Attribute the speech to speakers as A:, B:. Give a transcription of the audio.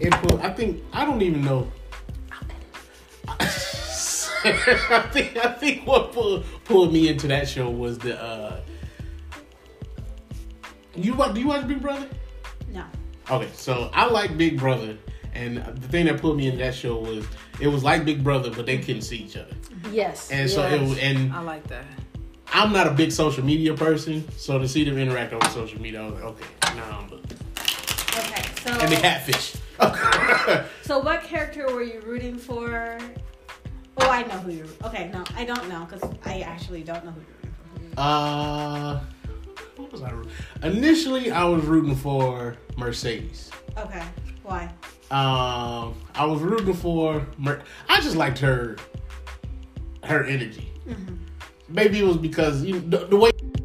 A: input. I think I don't even know. I think I think what pulled pulled me into that show was the. uh You wa- do you watch Big Brother?
B: No.
A: Okay, so I like Big Brother, and the thing that pulled me into that show was it was like Big Brother, but they couldn't see each other,
B: Yes.
A: and so it
B: yes.
A: was, and
C: I like that.
A: I'm not a big social media person, so to see them interact on social media, I was like, okay, nah, I'm good.
B: Okay. So.
A: and the catfish. Okay.
B: So what character were you rooting for? Oh, I know who you're. Okay, no, I don't know because I actually don't know who you're rooting
A: Uh, what was I? root- Initially, I was rooting for Mercedes.
B: for. Okay, why?
A: Um, I was rooting for. Mer- I just liked her, her energy. Maybe it was because you know, the, the way